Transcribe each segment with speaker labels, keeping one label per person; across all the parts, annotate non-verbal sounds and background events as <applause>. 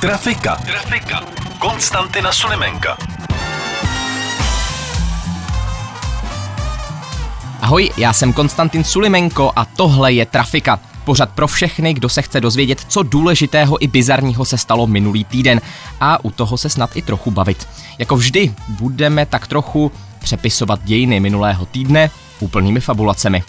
Speaker 1: Trafika. Trafika. Konstantina Sulimenka.
Speaker 2: Ahoj, já jsem Konstantin Sulimenko a tohle je Trafika. Pořad pro všechny, kdo se chce dozvědět, co důležitého i bizarního se stalo minulý týden a u toho se snad i trochu bavit. Jako vždy, budeme tak trochu přepisovat dějiny minulého týdne úplnými fabulacemi.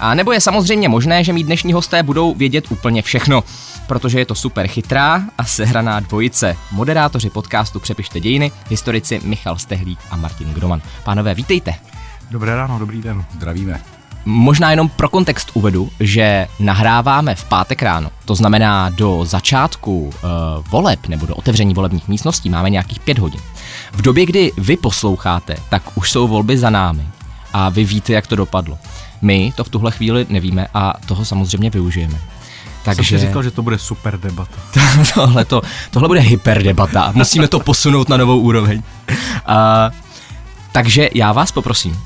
Speaker 2: A nebo je samozřejmě možné, že mý dnešní hosté budou vědět úplně všechno, protože je to super chytrá a sehraná dvojice. Moderátoři podcastu Přepište dějiny, historici Michal Stehlík a Martin Groman. Pánové, vítejte.
Speaker 3: Dobré ráno, dobrý den.
Speaker 4: Zdravíme.
Speaker 2: Možná jenom pro kontext uvedu, že nahráváme v pátek ráno. To znamená, do začátku e, voleb nebo do otevření volebních místností máme nějakých pět hodin. V době, kdy vy posloucháte, tak už jsou volby za námi a vy víte, jak to dopadlo. My to v tuhle chvíli nevíme a toho samozřejmě využijeme.
Speaker 3: Takže... Jsem
Speaker 2: Takže
Speaker 3: si říkal, že to bude super debata.
Speaker 2: <laughs> tohle, to, tohle bude hyperdebata. Musíme to posunout na novou úroveň. A, takže já vás poprosím,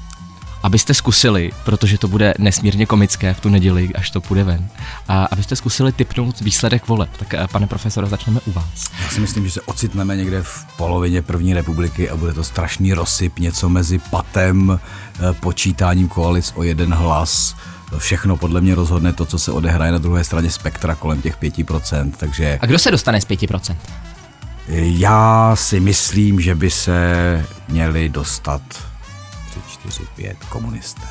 Speaker 2: abyste zkusili, protože to bude nesmírně komické v tu neděli, až to půjde ven, a abyste zkusili typnout výsledek voleb. Tak eh, pane profesore, začneme u vás.
Speaker 4: Já si myslím, že se ocitneme někde v polovině první republiky a bude to strašný rozsyp, něco mezi patem, eh, počítáním koalic o jeden hlas. Všechno podle mě rozhodne to, co se odehraje na druhé straně spektra kolem těch 5%, takže
Speaker 2: A kdo se dostane z 5%?
Speaker 4: já si myslím, že by se měli dostat 3, 4, 5 komunisté.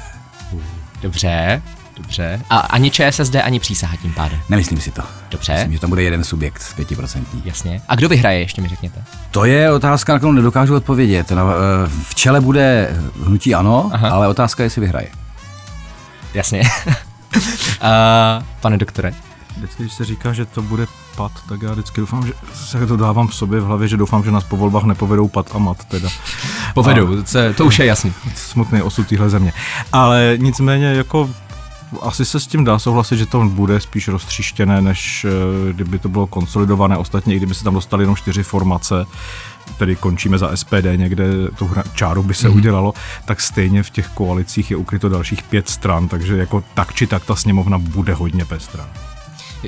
Speaker 2: Dobře, dobře. A ani ČSSD, ani přísaha tím pádem.
Speaker 4: Nemyslím si to.
Speaker 2: Dobře.
Speaker 4: Myslím, že tam bude jeden subjekt z 5%.
Speaker 2: Jasně. A kdo vyhraje, ještě mi řekněte.
Speaker 4: To je otázka, na kterou nedokážu odpovědět. Na- eh, V čele bude hnutí ano, Aha. ale otázka je, jestli vyhraje.
Speaker 2: Jasně. <laughs> a, pane doktore.
Speaker 3: Vždycky, když se říká, že to bude pat, tak já vždycky doufám, že se to dávám v sobě v hlavě, že doufám, že nás po volbách nepovedou pat a mat teda.
Speaker 2: Povedou, to, to už je jasný.
Speaker 3: Smutný osud téhle země. Ale nicméně jako asi se s tím dá souhlasit, že to bude spíš roztříštěné, než eh, kdyby to bylo konsolidované. Ostatně, i kdyby se tam dostali jenom čtyři formace, tedy končíme za SPD někde, tu hra, čáru by
Speaker 2: Mhm.
Speaker 3: se mm. udělalo, tak stejně v těch koalicích je ukryto dalších pět stran, takže jako tak či tak ta sněmovna bude hodně pestrá.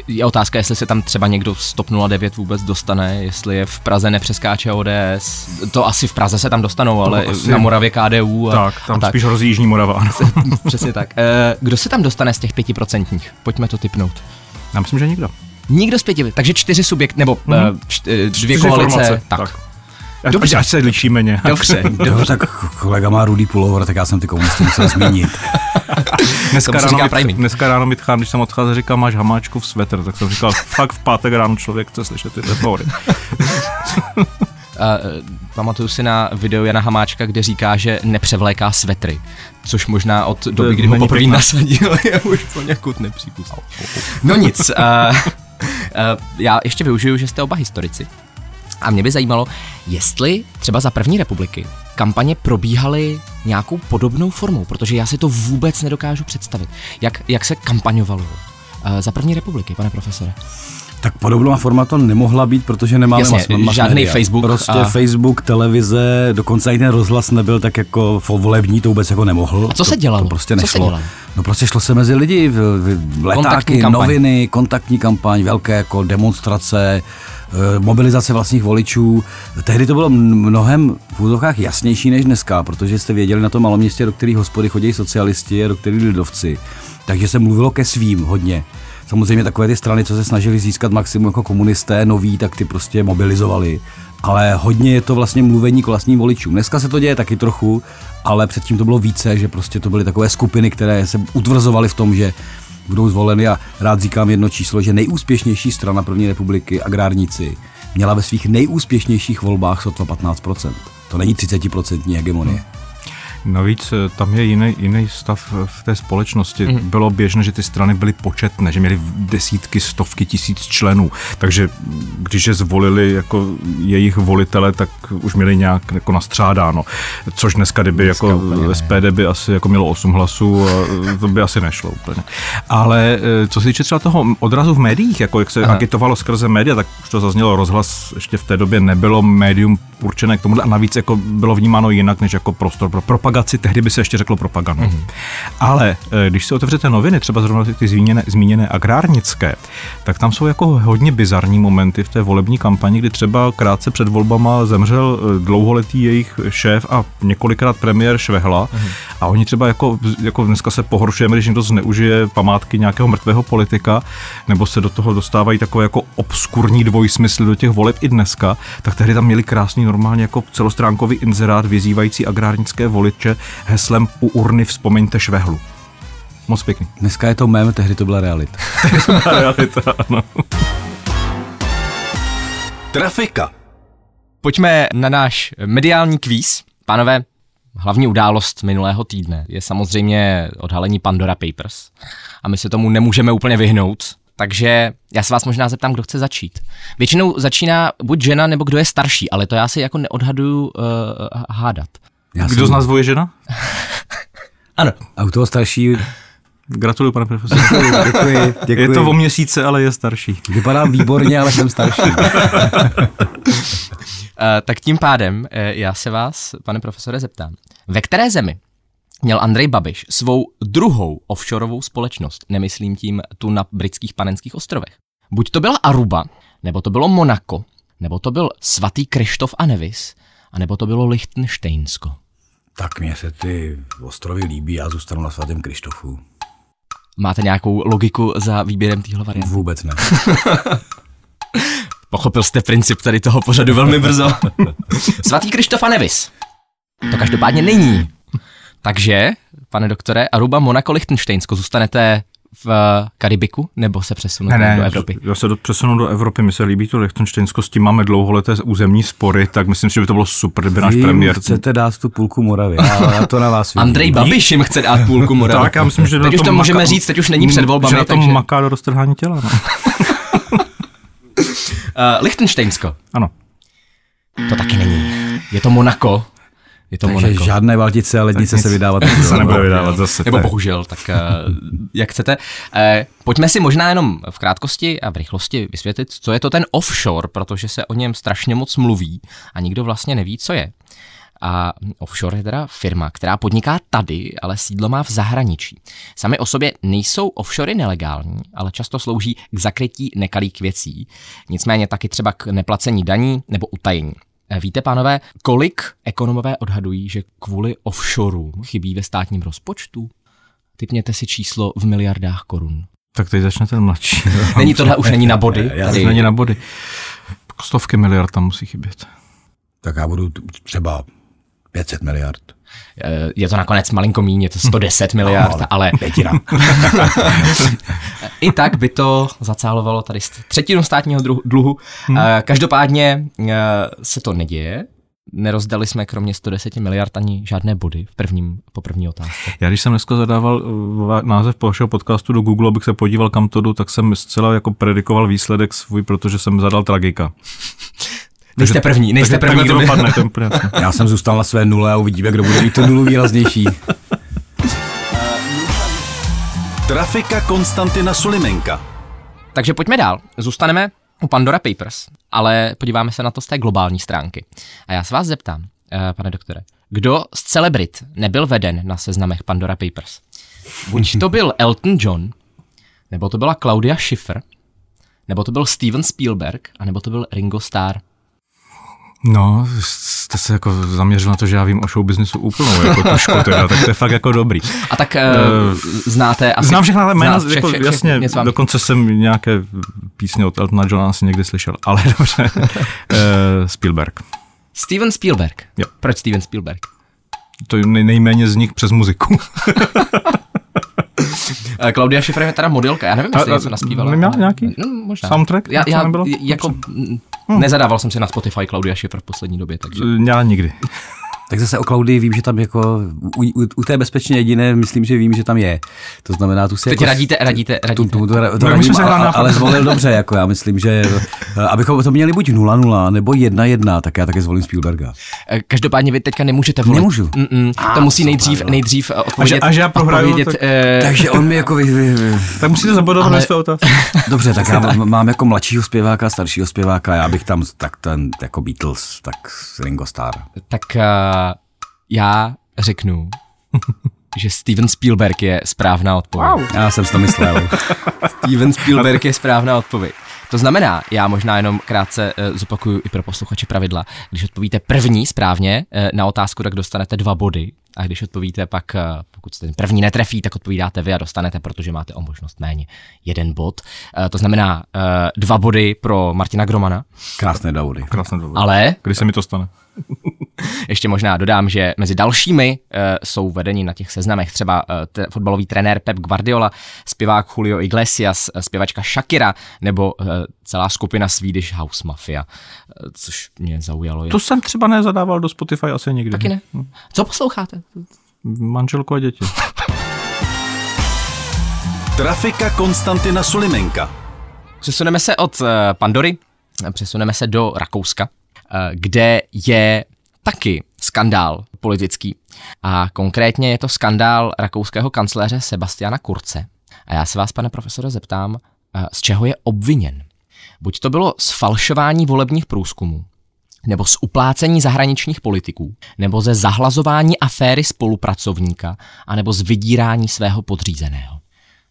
Speaker 2: Je otázka, jestli se tam třeba někdo z TOP 09 vůbec dostane, jestli je v Praze nepřeskáče ODS. To asi v Praze se tam dostanou, ale
Speaker 3: asi-
Speaker 2: na Moravě KDU. A,
Speaker 3: Tak, tam
Speaker 2: a tak.
Speaker 3: spíš hrozí Jižní Morava, ano.
Speaker 2: <laughs> Přesně tak. E, kdo se tam dostane z těch pětiprocentních? Pojďme to typnout.
Speaker 3: Já myslím, že nikdo.
Speaker 2: Nikdo z pěti, takže čtyři subjekt, nebo mm-hmm. dvě
Speaker 3: Mhm. Čtyři
Speaker 2: koalice.
Speaker 3: formace,
Speaker 2: Tak.
Speaker 3: tak.
Speaker 2: tak.
Speaker 3: Ať-
Speaker 2: Dobře.
Speaker 3: Ať se lišíme nějak.
Speaker 2: Dobře,
Speaker 4: Jo, tak kolega má rudý pulover, tak já jsem ty komunisty musel zmínit.
Speaker 3: Dneska
Speaker 2: Tomu se
Speaker 3: ráno,
Speaker 2: říká
Speaker 3: mi,
Speaker 2: priming.
Speaker 3: dneska ráno mi tchán, když jsem odcházel, říkal, máš hamáčku v svetr, tak jsem říkal, fakt v pátek ráno člověk chce slyšet tyhle fóry.
Speaker 2: <laughs> A, e, pamatuju si na video Jana Hamáčka, kde říká, že nepřevléká svetry, což možná od doby, kdy ho
Speaker 3: není
Speaker 2: poprvé
Speaker 3: pěkná.
Speaker 2: nasadil, <laughs> je už poněkud nepřípustné. No nic, a, a, já ještě využiju, že jste oba historici. A mě by zajímalo, jestli třeba za první republiky kampaně probíhaly nějakou podobnou formou, protože já si to vůbec nedokážu představit. Jak, jak se kampaňovalo e, za první republiky, pane profesore?
Speaker 4: Tak podobná forma to nemohla být, protože nemáme
Speaker 2: Jasně,
Speaker 4: mas- mas-
Speaker 2: žádný
Speaker 4: média.
Speaker 2: Facebook
Speaker 4: Prostě
Speaker 2: a-
Speaker 4: a... Facebook, televize, dokonce i ten rozhlas nebyl tak jako fo- volební, to vůbec jako nemohl.
Speaker 2: A co se
Speaker 4: To-
Speaker 2: dělalo?
Speaker 4: To prostě
Speaker 2: Co se
Speaker 4: nešlo.
Speaker 2: dělalo?
Speaker 4: No prostě šlo se mezi lidi, v- v-
Speaker 2: Kontaktní
Speaker 4: letáky,
Speaker 2: kampaň.
Speaker 4: noviny, kontaktní kampaň, velké jako demonstrace, eh, mobilizace vlastních voličů. Tehdy to bylo m- mnohem v úzovkách jasnější než dneska, protože jste věděli na tom malom městě, do kterých hospody chodí socialisti a do kterých lidovci. Takže se mluvilo ke svým hodně. Samozřejmě takové ty strany, co se snažili získat maximum jako komunisté, noví, tak ty prostě mobilizovali. Ale hodně je to vlastně mluvení k vlastním voličům. Dneska se to děje taky trochu, ale předtím to bylo více, že prostě to byly takové skupiny, které se utvrzovaly v tom, že budou zvoleny a rád říkám jedno číslo, že nejúspěšnější strana první republiky, agrárníci, měla ve svých nejúspěšnějších volbách sotva 15%. To není 30% hegemonie.
Speaker 3: Navíc eh, tam je jiný, jiný stav eh, v té společnosti. Mm-hmm. Bylo běžné, že ty strany byly početné, že měly desítky, stovky tisíc členů. Takže mm, když je zvolili jako jejich volitele, tak už měli nějak jako nastřádáno. Což dneska, kdyby dneska jako
Speaker 4: úplně ne.
Speaker 3: SPD by asi jako mělo 8 hlasů, a eh, to by asi nešlo úplně. Ale eh, co se týče třeba toho odrazu v médiích, jako jak se Aha. agitovalo skrze média, tak už to zaznělo, rozhlas ještě v té době nebylo médium určené k tomu a navíc jako bylo vnímáno jinak než jako prostor pro propagaci, tehdy by se ještě řeklo propagandu. Mm-hmm. Ale eh, když si otevřete noviny, třeba zrovna ty- ty zmíněné, zmíněné agrárnické, tak tam jsou jako hodně bizarní momenty v té volební kampani, kdy třeba krátce před volbama zemřel eh, dlouholetý jejich šéf a několikrát premiér Švehla a oni třeba jako, jako dneska se pohoršujeme, když někdo zneužije památky nějakého mrtvého politika, nebo se do toho dostávají takové jako obskurní dvojsmysly do těch voleb i dneska, tak tehdy tam měli krásný normálně jako celostránkový inzerát vyzývající agrárnické voliče heslem u urny vzpomeňte švehlu.
Speaker 4: <laughs>
Speaker 3: Moc pěkný.
Speaker 4: Dneska je to mém, tehdy to byla realita.
Speaker 3: Realita, ano.
Speaker 1: Trafika.
Speaker 2: Pojďme na náš mediální kvíz. Pánové, hlavní událost minulého týdne je samozřejmě odhalení Pandora Papers a my se tomu nemůžeme úplně vyhnout, takže já se vás možná zeptám, kdo chce začít. Většinou začíná buď žena, nebo kdo je starší, ale to já si jako neodhaduju uh, hádat.
Speaker 4: Já
Speaker 3: Kdo
Speaker 4: jsem-
Speaker 3: z nás dvoje žena?
Speaker 2: Ano,
Speaker 4: A u toho starší,
Speaker 3: Gratuluju, pane profesore.
Speaker 4: děkuji, děkuji.
Speaker 3: Je to o měsíce, ale je starší.
Speaker 4: Vypadám výborně, ale jsem starší.
Speaker 2: Eh, tak tím pádem eh, já se vás, pane profesore, zeptám. Ve které zemi měl Andrej Babiš svou druhou offshoreovou společnost, nemyslím tím tu na britských panenských ostrovech? Buď to byla Aruba, nebo to bylo Monako, nebo to byl svatý Krištof a Nevis, a nebo to bylo Lichtenštejnsko.
Speaker 4: <laughs> Tak mě se ty ostrovy líbí, já zůstanu na svatém Krištofu.
Speaker 2: Máte nějakou logiku za výběrem téhle varianty?
Speaker 4: Vůbec ne.
Speaker 2: Pochopil jste princip tady toho pořadu velmi brzo. <laughs> svatý Krištof a Nevis. To každopádně není. Takže, pane doktore, Aruba, Monako, Lichtensteinsko, zůstanete v eh, Karibiku nebo se přesunete do Evropy?
Speaker 3: Já se do- přesunu do Evropy, mi se líbí to Lichtenštejnsko, s tím máme dlouholeté územní spory, tak myslím si, že by to bylo super, kdyby náš
Speaker 4: Vy jim
Speaker 3: premiér...
Speaker 4: chcete dát tu půlku Moravy, ale já to na vás vidím.
Speaker 2: Andrej Babiš jim chce dát půlku Moravy.
Speaker 3: Tak, já myslím, že na
Speaker 2: teď už
Speaker 3: tom
Speaker 2: to
Speaker 3: maká-
Speaker 2: můžeme říct, teď už není před volbami.
Speaker 3: Že na tom
Speaker 2: takže, uh,
Speaker 3: maká do roztrhání těla, no.
Speaker 2: eh, Lichtensteinsko,
Speaker 3: Ano. <laughs>
Speaker 2: to taky není. Je to Monako. Je to
Speaker 4: Takže
Speaker 2: Monako.
Speaker 4: žádné Valtice a lednice
Speaker 3: nic.
Speaker 4: se vydávat
Speaker 3: Se nebude vydávat zase.
Speaker 2: Nebo
Speaker 3: to je-
Speaker 2: bohužel, tak eh, jak chcete. Eh, Pojďme si možná jenom v krátkosti a v rychlosti vysvětlit, co je to ten offshore, protože se o něm strašně moc mluví a nikdo vlastně neví, co je. A offshore je teda firma, která podniká tady, ale sídlo má v zahraničí. Sami o sobě nejsou offshory nelegální, ale často slouží k zakrytí nekalých věcí. Nicméně taky třeba k neplacení daní nebo utajení. Eh, Víte, pánové, kolik ekonomové odhadují, že kvůli offshorům chybí ve státním rozpočtu? Typněte si číslo v miliardách korun.
Speaker 3: Tak teď začne ten <laughs> mladší.
Speaker 2: Není tohle už není na body?
Speaker 4: Já
Speaker 2: Tady-
Speaker 3: Není na body. Stovky miliard tam musí chybět.
Speaker 4: Tak já budu t- třeba 500 miliard.
Speaker 2: Eh, je to nakonec malinko míň, je to
Speaker 3: <laughs>
Speaker 2: 110 miliard, ale
Speaker 4: Pětina.
Speaker 2: i tak by to zacálovalo tady st- třetinu státního druhu- dluhu.
Speaker 3: Hmm.
Speaker 2: Eh, Každopádně eh, se to neděje. Nerozdali jsme kromě 110 miliard ani žádné body v prvním, po první otázce.
Speaker 3: Já když jsem dneska zadával eh, název vašeho podcastu do Google, abych se podíval, kam to jdu, tak jsem zcela jako predikoval výsledek svůj, protože jsem zadal tragika.
Speaker 2: Nejste první, nejste
Speaker 3: takže
Speaker 2: první,
Speaker 3: takhle
Speaker 2: kdo
Speaker 3: to
Speaker 2: by...
Speaker 3: <laughs> dopadne, to je úplně jasné.
Speaker 4: Já jsem zůstal na své nule a uvidíme, kdo bude mít tu nulu výraznější.
Speaker 1: Trafika Konstantina Sulimenka.
Speaker 2: Takže pojďme dál. Zůstaneme u Pandora Papers, ale podíváme se na to z té globální stránky. A já se vás zeptám, eh, pane doktore, kdo z celebrit nebyl veden na seznamech Pandora Papers? Buď to byl Elton John, nebo to byla Claudia Schiffer, nebo to byl Steven Spielberg, a nebo to byl Ringo Starr.
Speaker 3: No, jste se jako zaměřil na to, že já vím o showbiznisu úplnou jako tušku teda, tak to je fakt jako dobrý.
Speaker 2: A tak eh, znáte asi...
Speaker 3: Znám všechna ale jména,
Speaker 2: znáte
Speaker 3: jako,
Speaker 2: vše- vše-
Speaker 3: jasně,
Speaker 2: něco vám-
Speaker 3: dokonce jsem nějaké písně od Eltona Johna asi někdy slyšel, ale <laughs> dobře. Eh, Spielberg.
Speaker 2: Steven Spielberg.
Speaker 3: Jo.
Speaker 2: Proč Steven Spielberg?
Speaker 3: To je nej- nejméně z nich přes muziku. <laughs>
Speaker 2: Eh, Claudia Schiffer je teda modelka, já nevím, jestli
Speaker 3: A- a
Speaker 2: něco naspívala.
Speaker 3: neměla
Speaker 2: ale-
Speaker 3: nějaký
Speaker 2: no, možná.
Speaker 3: soundtrack?
Speaker 2: Já,
Speaker 3: Něco
Speaker 2: já
Speaker 3: nebylo? Hm.
Speaker 2: j- jako, hmm. nezadával jsem si na Spotify Claudia Schiffer v poslední době, takže
Speaker 3: Já nikdy.
Speaker 4: Tak zase o Klaudy vím, že tam jako u, u, u té bezpečně jediné, myslím, že vím, že tam je. To znamená, tu si
Speaker 2: Teď
Speaker 4: jako
Speaker 2: radíte, radíte,
Speaker 4: Tu,
Speaker 2: radíte.
Speaker 4: tu, to, to, to
Speaker 3: No,
Speaker 4: radím,
Speaker 3: musím se hrát
Speaker 4: ale,
Speaker 3: nápad.
Speaker 4: ale zvolil dobře, jako já myslím, že eh, abychom to měli buď 0-0 nebo 1-1, tak já taky zvolím Spielberga.
Speaker 2: Eh, Každopádně vy teďka nemůžete volit.
Speaker 4: Nemůžu.
Speaker 2: Mm-mm, to musí nejdřív, nejdřív eh, odpovědět.
Speaker 3: až já prohraju,
Speaker 2: odpovědět,
Speaker 3: tak-
Speaker 2: eh,
Speaker 4: Takže on mi jako... Vy, vy, vy.
Speaker 3: Tak musíte zabodovat
Speaker 2: Ale-
Speaker 3: na své otázky.
Speaker 4: Dobře, tak já m- mám jako mladšího zpěváka, staršího zpěváka, já bych tam tak ten, jako Beatles, tak Ringo Starr.
Speaker 2: Tak eh, já řeknu,
Speaker 3: <laughs>
Speaker 2: že Steven Spielberg je správná odpověď. Wow.
Speaker 4: Já jsem si
Speaker 1: <laughs>
Speaker 4: to myslel.
Speaker 2: Steven Spielberg je správná odpověď. To znamená, já možná jenom krátce eh, zopakuju i pro posluchače pravidla. Když odpovíte první správně eh, na otázku, tak dostanete dva body. A když odpovíte pak, eh, pokud se ten první netrefí, tak odpovídáte vy a dostanete, protože máte o možnost méně jeden bod. Eh, To znamená eh, dva body pro Martina Gromana,
Speaker 4: Krásné daudy.
Speaker 3: Krásné dobu.
Speaker 2: ale
Speaker 3: Kdy se mi to stane?
Speaker 2: Ještě možná dodám, že mezi dalšími eh, jsou vedeni na těch seznamech třeba eh, te- fotbalový trenér Pep Guardiola, zpěvák Julio Iglesias, eh, zpěvačka Shakira nebo eh, celá skupina Swedish House Mafia, eh, což mě zaujalo.
Speaker 3: To jsem třeba nezadával do Spotify asi nikdy.
Speaker 2: Taky ne. Co posloucháte?
Speaker 3: Manželku a děti.
Speaker 1: Trafika Konstantina Sulimenka.
Speaker 2: Přesuneme se od eh, Pandory, eh, přesuneme se do Rakouska, eh, kde je taky skandál politický. A konkrétně je to skandál rakouského kancléře Sebastiana Kurce. A já se vás, pane profesore, zeptám, eh, z čeho je obviněn. Buď to bylo z falšování volebních průzkumů, nebo z uplácení zahraničních politiků, nebo ze zahlazování aféry spolupracovníka, anebo z vydírání svého podřízeného.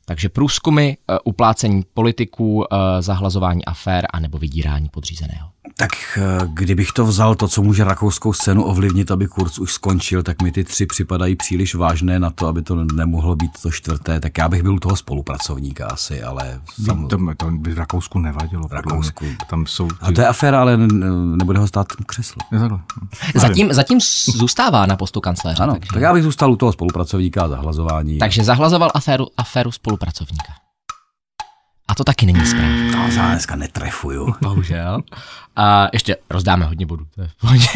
Speaker 2: Takže průzkumy, eh, uplácení politiků, eh, zahlazování afér a nebo vydírání podřízeného.
Speaker 4: Tak eh, kdybych to vzal, to, co může rakouskou scénu ovlivnit, aby kurz už skončil, tak mi ty tři připadají příliš vážné na to, aby to nemohlo být to čtvrté. Tak já bych byl u toho spolupracovníka asi, ale... Sam...
Speaker 3: To, to by v Rakousku nevadilo. V
Speaker 4: Rakousku.
Speaker 3: Tam jsou...
Speaker 4: A to je aféra, ale n- nebude ho stát křeslo.
Speaker 3: Je takhle.
Speaker 2: Zatím, zatím s- zůstává na postu kancléře.
Speaker 4: Ano,
Speaker 2: takže,
Speaker 4: tak já bych zůstal u toho spolupracovníka a zahlazování.
Speaker 2: takže zahlazoval aféru, aféru spolupracovníka. A to taky není správně.
Speaker 4: No, já dneska netrefuju.
Speaker 2: Bohužel. A ještě rozdáme hodně bodů. to je v <laughs> pohodě.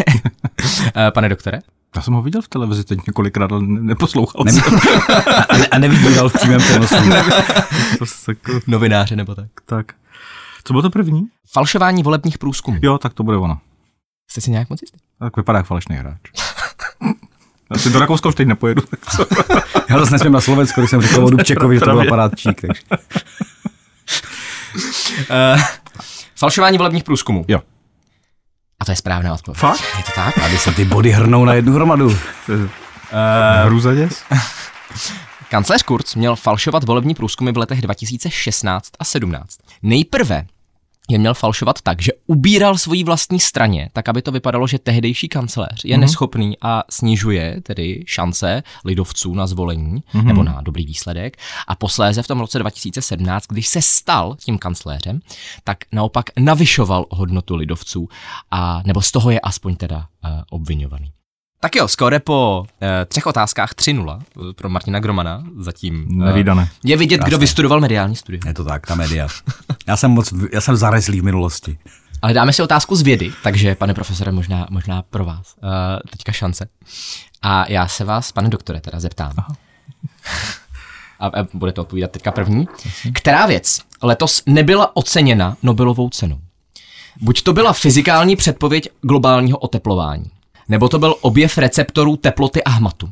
Speaker 2: Eh, Pane doktore?
Speaker 3: Já jsem ho viděl v televizi teď několikrát, ale ne- neposlouchal
Speaker 4: Neví-
Speaker 3: jsem.
Speaker 4: A, ne, a nevidím dál v přímém
Speaker 3: <laughs>
Speaker 4: přenosu.
Speaker 3: To se jako-
Speaker 2: Novináře nebo tak.
Speaker 3: tak. Co bylo to první?
Speaker 2: Falšování volebních průzkumů.
Speaker 3: Jo, tak to bude ono.
Speaker 2: Jste si nějak moc jistý?
Speaker 3: Tak vypadá jak falešný hráč. Já si do Rakouska už teď nepojedu. tak co?
Speaker 4: Já zase nesmím na Slovensku, když jsem řekl o Dubčekovi, že to byl aparátčík. Takže.
Speaker 2: Uh, falšování volebních průzkumů.
Speaker 3: jo.
Speaker 2: A to je správná odpověď.
Speaker 3: Fakt?
Speaker 2: Je to tak?
Speaker 4: Tady se ty body hrnou na jednu hromadu.
Speaker 3: Eh, Hruzaděs?
Speaker 2: Kancléř Kurz měl falšovat volební průzkumy v letech 2016 a 17. Nejprve je měl falšovat tak, že ubíral svojí vlastní straně, tak aby to vypadalo, že tehdejší kancléř je mm-hmm. neschopný a snižuje tedy šance lidovců na zvolení mm-hmm. nebo na dobrý výsledek. A posléze v tom roce 2017, když se stal tím kancléřem, tak naopak navyšoval hodnotu lidovců, a, nebo z toho je aspoň teda uh, obvinovaný. Tak jo, skore po eh, třech otázkách 3-0 eh, pro Martina Gromana zatím. eh,
Speaker 3: Nevýdané.
Speaker 2: Je vidět, kdo vystudoval mediální studium.
Speaker 4: Je to tak, ta média. Já jsem moc, já jsem zarezlý v minulosti.
Speaker 2: Ale dáme si otázku z vědy, takže pane profesore, možná, možná pro vás. Uh, teďka šance. A já se vás, pane doktore, teda zeptám. A, a budete odpovídat teďka první. Která věc letos nebyla oceněna Nobelovou cenou? Buď to byla fyzikální předpověď globálního oteplování, nebo to byl objev receptorů teploty a hmatu,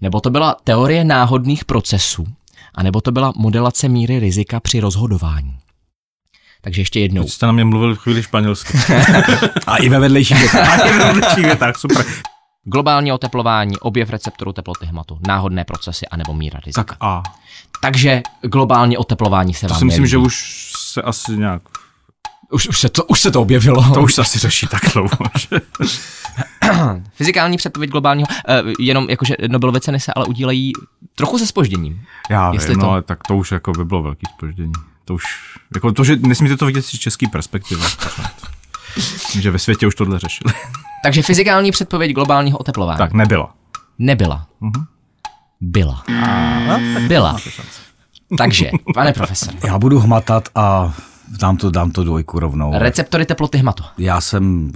Speaker 2: nebo to byla teorie náhodných procesů, a nebo to byla modelace míry rizika při rozhodování. Takže ještě jednou.
Speaker 3: Teď Eh, jste na mě mluvil chvíli <laughs> španělsky.
Speaker 4: A i ve vedlejších věcech.
Speaker 3: A je v dalších větách, super.
Speaker 2: Globální oteplování, objev receptorů teploty hmatu, náhodné procesy anebo míra rizika.
Speaker 3: Tak
Speaker 2: Tak.
Speaker 3: a. Takže
Speaker 2: Takže globální oteplování se
Speaker 3: to
Speaker 2: vám
Speaker 3: si myslím,
Speaker 2: nelíbí.
Speaker 3: že už se asi nějak...
Speaker 2: Už, už, se to, už se to objevilo.
Speaker 3: To už se asi řeší tak dlouho. <laughs> Že...
Speaker 2: Fyzikální předpověď globálního, eh, jenom jakože Nobelovy ceny se ale udílejí trochu se spožděním.
Speaker 3: Já
Speaker 2: Jestli
Speaker 3: vím,
Speaker 2: to-
Speaker 3: no, ale tak to už jako by bylo velký spoždění. To už, jako to, že nesmíte to vidět z české perspektivy. <laughs> pořád. že ve světě už tohle řešili. <laughs>
Speaker 2: Takže fyzikální předpověď globálního oteplování
Speaker 3: tak, nebyla.
Speaker 2: nebyla. Byla. Byla. Takže, pane <laughs> profesor,
Speaker 4: Já budu hmatat a dám to, dám to dvojku rovnou.
Speaker 2: receptory teploty hmatu.
Speaker 4: Já jsem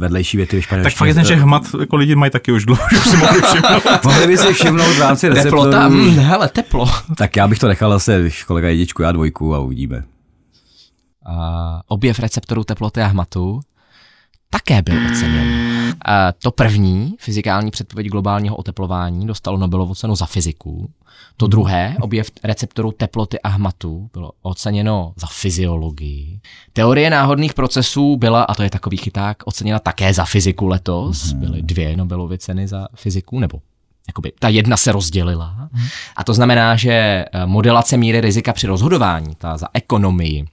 Speaker 4: vedlejší věty ve
Speaker 3: Tak
Speaker 4: španělštině.
Speaker 3: fakt je, že hmat jako lidi mají taky už dlouho, <laughs> že už si mohli
Speaker 4: <laughs>
Speaker 3: všimnout.
Speaker 4: Mohli by si všimnout v rámci
Speaker 2: Teplo
Speaker 4: receptorů.
Speaker 2: tam, mm, hele, teplo.
Speaker 4: Tak já bych to nechal zase, když kolega jedičku, já dvojku a uvidíme.
Speaker 2: A objev receptorů teploty a hmatu také byl oceněn. A Eh, to první, fyzikální předpověď globálního oteplování, dostalo Nobelovu cenu za fyziku. To druhé, objev receptorů teploty a hmatu, bylo oceněno za fyziologii. Teorie náhodných procesů byla, a to je takový chyták, oceněna také za fyziku letos. Byly dvě Nobelovy ceny za fyziku, nebo jakoby ta jedna se rozdělila. A to znamená, že eh, modelace míry rizika při rozhodování, ta za ekonomii,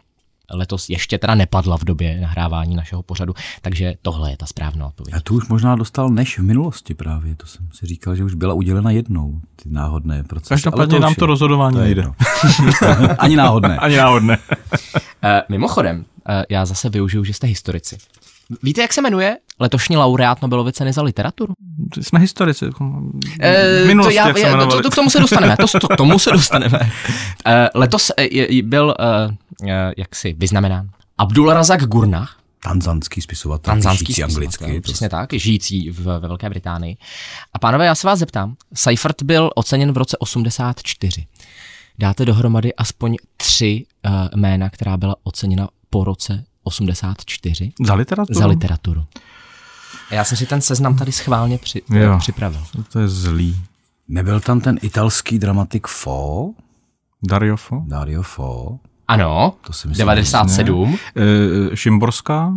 Speaker 2: letos ještě teda nepadla v době nahrávání našeho pořadu, takže tohle je ta správná odpověď.
Speaker 4: A tu už možná dostal než v minulosti právě, to jsem si říkal, že už byla udělena jednou, ty náhodné procesy. Ale
Speaker 3: Každopádně
Speaker 4: už
Speaker 3: nám
Speaker 4: je-
Speaker 3: to rozhodování
Speaker 4: to je
Speaker 3: nejde.
Speaker 4: jedno.
Speaker 3: <laughs>
Speaker 4: Ani náhodné.
Speaker 3: Ani náhodné.
Speaker 2: Eh, Mimochodem, eh, já zase využiju, že jste historici. Víte, jak se jmenuje letošní laureát Nobelovy ceny za literaturu?
Speaker 3: Jsme historici. jako-
Speaker 2: Eh,
Speaker 3: V minulosti,
Speaker 2: to já,
Speaker 3: jak se
Speaker 2: já- to,
Speaker 3: jmenovali.
Speaker 2: to, k tomu se dostaneme. To, to, k tomu se dostaneme. <laughs> Eh, Letos eh, je- byl eh, eh, jaksi vyznamenán Abdul Razak Gurnah,
Speaker 4: Tanzanský spisovatel,
Speaker 2: tanzánský
Speaker 4: píšící
Speaker 2: spisovatel,
Speaker 4: anglicky. to-
Speaker 2: Přesně tak, žijící v, ve Velké Británii. A pánové, já se vás zeptám. Seifert byl oceněn v roce 84. Dáte dohromady aspoň tři uh, jména, která byla oceněna po roce 84
Speaker 3: Za literaturu?
Speaker 2: za
Speaker 4: Mhm.
Speaker 2: literaturu. A Já jsem si ten seznam tady schválně při, eh,
Speaker 3: Jo.
Speaker 2: připravil.
Speaker 3: To je zlý.
Speaker 4: Nebyl tam ten italský dramatik Fo,
Speaker 3: Dario Fo?
Speaker 4: Dario Fo,
Speaker 2: Ano,
Speaker 4: to si myslím.
Speaker 2: 97.
Speaker 3: Eh, Šimborská?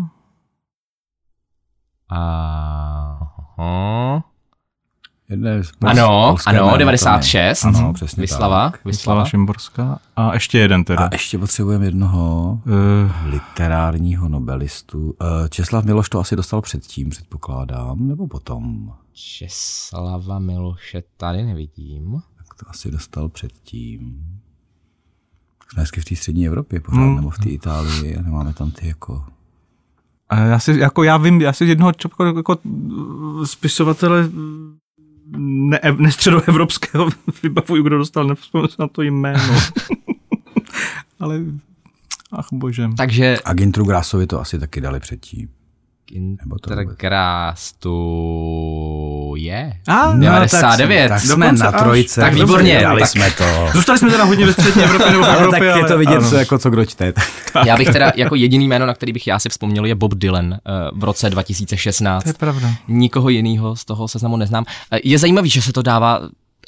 Speaker 2: Aha.
Speaker 4: Jedné z-
Speaker 2: Ano,
Speaker 4: polské jméno,
Speaker 2: ano,
Speaker 4: to ne.
Speaker 2: 96.
Speaker 4: Ano, přesně
Speaker 2: Vyslava,
Speaker 4: tak.
Speaker 2: Vyslava.
Speaker 3: Slava Šimborská. A ještě jeden teda.
Speaker 4: A ještě potřebujeme jednoho
Speaker 3: Eh,
Speaker 4: literárního nobelistu. Eh, Česlav Miloš to asi dostal předtím, předpokládám, nebo potom?
Speaker 2: Česlava Miloše tady nevidím.
Speaker 4: Tak to asi dostal předtím. Jsme hezky v té střední Evropě pořád, hmm. nebo v té Itálii, a nemáme tam ty jako...
Speaker 3: A já si, jako já vím, já si jednoho čapko, jako mm, spisovatele mm, ne, nestředoevropského <laughs> vybavuju, kdo dostal, nevzpomínám si na to jméno. <laughs> Ale, ach bože.
Speaker 2: Takže
Speaker 4: A Gintru Grásovi to asi taky dali předtím. Nebo to vůbec.
Speaker 2: Intergrass tu je.
Speaker 3: A, no,
Speaker 2: 99.
Speaker 4: Tak jsme
Speaker 3: dokonce
Speaker 4: na
Speaker 3: až.
Speaker 4: trojce.
Speaker 2: Tak výborně,
Speaker 4: Dali
Speaker 2: tak-
Speaker 4: jsme to.
Speaker 3: Zůstali jsme teda hodně
Speaker 4: <laughs>
Speaker 3: ve střední Evropě nebo v
Speaker 4: Ale
Speaker 3: Evropě,
Speaker 4: tak je
Speaker 3: ale-
Speaker 4: to vidět,
Speaker 3: ano.
Speaker 4: co, jako co kdo čte.
Speaker 2: já bych teda jako jediný jméno, na který bych já si vzpomněl, je Bob Dylan eh, v roce 2016.
Speaker 3: To je pravda.
Speaker 2: Nikoho jiného z toho seznamu neznám. Eh, Je zajímavý, že se to dává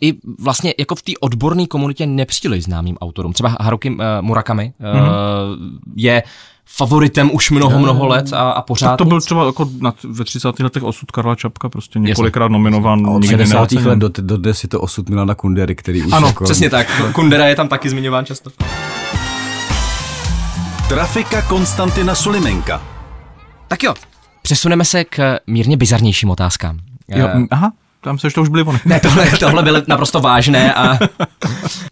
Speaker 2: i vlastně jako v té odborné komunitě nepříliš známým autorům. Třeba Haruki eh, Murakami eh,
Speaker 3: Mhm.
Speaker 2: je favoritem už mnoho, mnoho let a, a pořád
Speaker 3: Tak to byl
Speaker 2: nic.
Speaker 3: třeba jako na, ve 30. letech osud Karla Čapka, prostě několikrát nominován.
Speaker 4: Od
Speaker 3: nikdy
Speaker 4: 60.
Speaker 3: neoceněn.
Speaker 4: let do, do dnes je to osud Milana Kundery, který už
Speaker 2: Ano,
Speaker 4: jako...
Speaker 2: přesně tak. Kundera je tam taky zmiňován často.
Speaker 1: Trafika Konstantina Sulimenka.
Speaker 2: Tak jo, přesuneme se k mírně bizarnějším otázkám.
Speaker 3: Jo,
Speaker 2: Eh,
Speaker 3: m, aha, tam se, že to už byly oni.
Speaker 2: Ne, tohle, tohle byly naprosto vážné
Speaker 3: <laughs>
Speaker 2: a...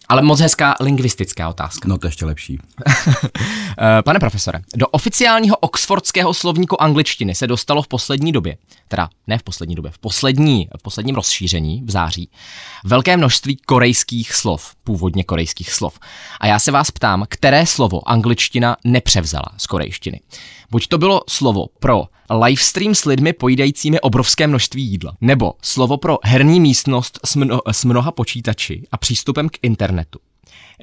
Speaker 2: Ale moc hezká lingvistická otázka.
Speaker 4: No to ještě lepší.
Speaker 2: Eh, Pane profesore, do oficiálního oxfordského slovníku angličtiny se dostalo v poslední době, teda ne v poslední době, v, poslední, v posledním rozšíření v září, velké množství korejských slov, původně korejských slov. A já se vás ptám, které slovo angličtina nepřevzala z korejštiny. Buď to bylo slovo pro livestream s lidmi pojídajícími obrovské množství jídla, nebo slovo pro herní místnost s, mno, s mnoha počítači a přístupem k internetu.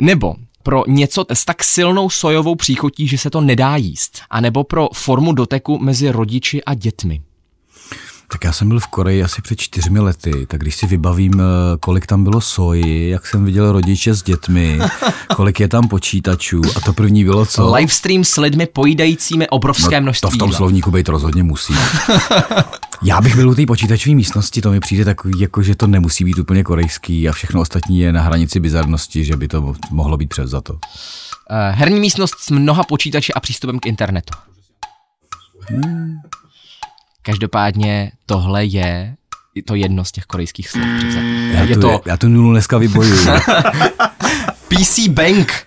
Speaker 2: Nebo pro něco s tak silnou sojovou příchutí, že se to nedá jíst. A nebo pro formu doteku mezi rodiči a dětmi.
Speaker 4: Tak já jsem byl v Koreji asi před čtyřmi lety, tak když si vybavím, eh, kolik tam bylo soji, jak jsem viděl rodiče s <laughs> dětmi, kolik je tam počítačů a to první bylo co?
Speaker 2: Livestream s lidmi pojídajícími obrovské
Speaker 4: No,
Speaker 2: množství
Speaker 4: to v tom
Speaker 2: jídla.
Speaker 4: slovníku být rozhodně <laughs> musí. Já bych byl u té počítačové místnosti, to mi přijde takový, jako že to nemusí být úplně korejský a všechno ostatní je na hranici bizarnosti, že by to mo- mohlo být převzato.
Speaker 2: Eh, Herní místnost s mnoha počítači a přístupem k internetu. Každopádně tohle je to jedno z těch korejských slov převzatých.
Speaker 4: Já
Speaker 2: Je
Speaker 4: tu,
Speaker 2: to
Speaker 4: já tu nulu dneska
Speaker 2: <laughs>
Speaker 4: vybojuju.
Speaker 2: PC Bank,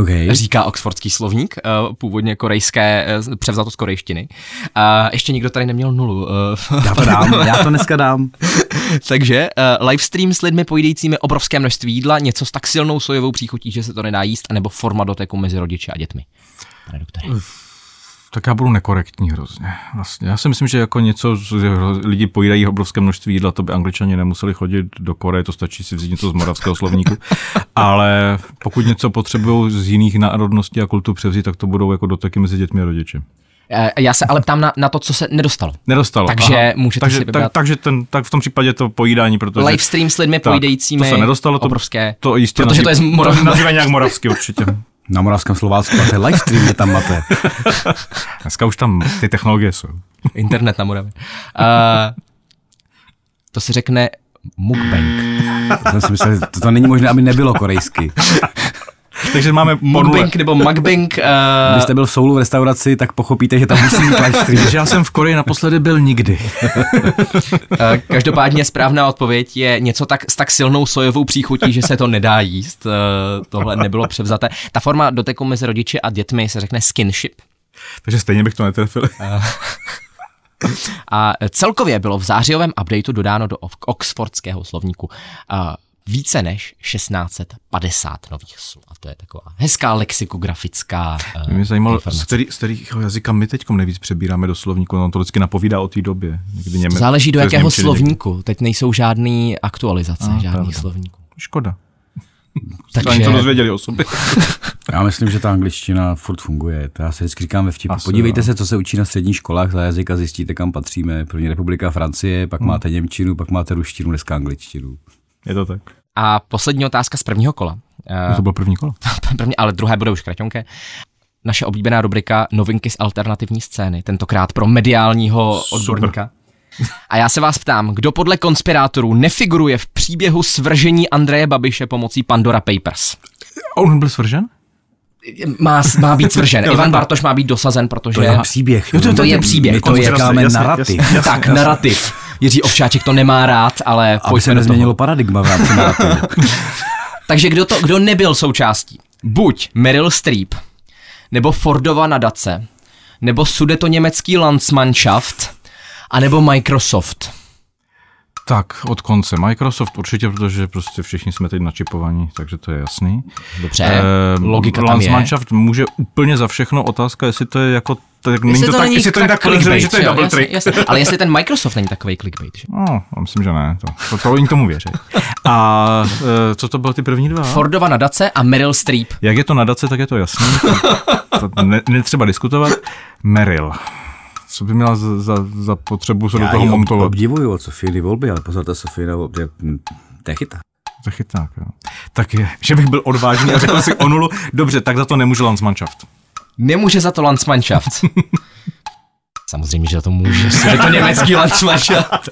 Speaker 4: okay.
Speaker 2: říká oxfordský slovník, eh, původně korejské, eh, převzato z korejštiny. A ještě nikdo tady neměl nulu eh,
Speaker 4: Já to dám, já to dneska dám.
Speaker 2: <laughs> Takže uh, livestream s lidmi pojídajícími obrovské množství jídla, něco s tak silnou sojovou příchutí, že se to nedá jíst, anebo forma doteku mezi rodiči a dětmi. Pane doktore.
Speaker 3: Tak já budu nekorektní hrozně. Vlastně. Já si myslím, že jako něco, z- hro- lidi pojídají obrovské množství jídla, to by angličani nemuseli chodit do Koreje, to stačí si vzít něco z
Speaker 2: <laughs>
Speaker 3: moravského slovníku. Ale pokud něco potřebují z jiných národností a kultur převzít, tak to budou jako doteky mezi dětmi a rodiči.
Speaker 2: Eh, Já se ale ptám na, na to, co se nedostalo.
Speaker 3: Nedostalo.
Speaker 2: Takže můžete
Speaker 3: takže,
Speaker 2: si vybrat-
Speaker 3: Tak, takže ten, tak v tom případě to pojídání, protože...
Speaker 2: Livestream s lidmi
Speaker 3: tak,
Speaker 2: pojídajícími
Speaker 3: To se nedostalo, to,
Speaker 2: obrovské,
Speaker 3: to jistě
Speaker 2: protože to je z Moravy. <laughs>
Speaker 3: nazývají nějak moravsky určitě.
Speaker 4: Na Moravském Slovácku, a to je livestream, je tam máte.
Speaker 3: Dneska už tam ty
Speaker 2: <laughs>
Speaker 3: technologie jsou.
Speaker 2: Internet na Moravě. Uh, to se řekne mukbang.
Speaker 4: To jsem si myslel, to, to není možné, aby nebylo korejsky.
Speaker 3: Takže máme ponule.
Speaker 2: Mukbang nebo mukbang. Uh,
Speaker 4: Kdybyste byl v Soulu v restauraci, tak pochopíte, že tam musí být livestream.
Speaker 3: Takže já jsem v Koreji naposledy byl nikdy.
Speaker 2: Eh, Každopádně správná odpověď je něco tak, s tak silnou sojovou příchutí, že se to nedá jíst. Eh, Tohle nebylo převzaté. Ta forma doteku mezi rodiči a dětmi se řekne skinship.
Speaker 3: Takže stejně bych to netrefil.
Speaker 2: A eh, celkově bylo v zářijovém updateu dodáno do ok- oxfordského slovníku eh, více než 1650 nových slov. A to je taková hezká lexikografická eh,
Speaker 3: <laughs> Mě zajímalo, z,
Speaker 2: informace.
Speaker 3: který, z kterého jazyka my teď nejvíc přebíráme do slovníku, no to vždycky napovídá o té době. Někdy Něme,
Speaker 2: Záleží do
Speaker 3: to je z
Speaker 2: jakého
Speaker 3: Němčiny někdy.
Speaker 2: slovníku. Teď nejsou žádný aktualizace,
Speaker 3: Ah,
Speaker 2: žádný
Speaker 3: pravda.
Speaker 2: slovníků.
Speaker 3: Škoda. Takže... Ani
Speaker 2: Takže
Speaker 3: to dozvěděli o sobě. <laughs>
Speaker 4: Já myslím, že ta angličtina furt funguje. To já se vždycky říkám ve vtipu.
Speaker 3: Asi,
Speaker 4: Podívejte
Speaker 3: jo.
Speaker 4: se, co se učí na středních školách za jazyk a zjistíte, kam patříme. První republika Francie,
Speaker 2: Hmm.
Speaker 4: pak máte Němčinu, pak máte ruštinu, dneska angličtinu.
Speaker 3: Je to tak.
Speaker 2: a poslední otázka z prvního kola. Eh,
Speaker 3: To bylo první kolo.
Speaker 2: <laughs> Pro mě, ale druhé bude už kraťonké. Naše oblíbená rubrika Novinky z alternativní scény, tentokrát pro mediálního
Speaker 3: Super.
Speaker 2: odborníka. A já se vás ptám, kdo podle konspirátorů nefiguruje v příběhu svržení Andreje Babiše pomocí Pandora Papers?
Speaker 3: On byl svržen?
Speaker 2: Má, má být svržen.
Speaker 4: <laughs>
Speaker 2: Ivan Bartoš má být dosazen, protože...
Speaker 4: To je příběh. no.
Speaker 2: Jo, to, to, to je
Speaker 4: My
Speaker 2: příběh.
Speaker 4: to
Speaker 3: Konspirace,
Speaker 4: jakáme
Speaker 3: jasně,
Speaker 4: narrativ.
Speaker 2: <laughs>
Speaker 3: jasně.
Speaker 2: tak, narrativ. Jiří Ovčáček to nemá rád, ale
Speaker 4: Aby se
Speaker 2: pojďme do toho.
Speaker 4: nezměnilo paradigma v rámci narrativu.
Speaker 2: Takže kdo, to, kdo nebyl součástí? Buď Meryl Streep, nebo Fordova nadace, nebo sudeto-německý Landsmannschaft, anebo Microsoft.
Speaker 3: Tak, od konce. Microsoft určitě, protože prostě všichni jsme teď načipovaní, takže to je jasný.
Speaker 2: Dobře,
Speaker 3: Eh,
Speaker 2: logika tam je.
Speaker 3: Landsmannschaft může úplně za všechno otázka, jestli to je jako... Tak, není to, tak, jestli to není tak klizeň, že to je
Speaker 2: jo,
Speaker 3: double
Speaker 2: jasně,
Speaker 3: trick.
Speaker 2: jasně. Ale jestli ten Microsoft není takový clickbait. Že?
Speaker 3: No, já myslím, že ne. To, to, to oni tomu věří. A eh, co to byly ty první dva?
Speaker 2: Fordova nadace a Meryl Streep.
Speaker 3: Jak je to nadace, tak je to jasný. To, to ne, netřeba diskutovat. Meryl. Co by měla za, za, za potřebu se do toho
Speaker 4: ji ob-
Speaker 3: montovat?
Speaker 4: obdivuju od Sofíny volby, ale pozor, ta Sofína volby, je- hm, to je chyta.
Speaker 3: To je chyták, jo. Tak je, že bych byl odvážný a řekl si o nulu, dobře, tak za to nemůže Landsmannschaft.
Speaker 2: Nemůže za to
Speaker 3: <laughs>
Speaker 2: Landsmannschaft. Samozřejmě, že za to <laughs> může. Je to německý Landsmannschaft.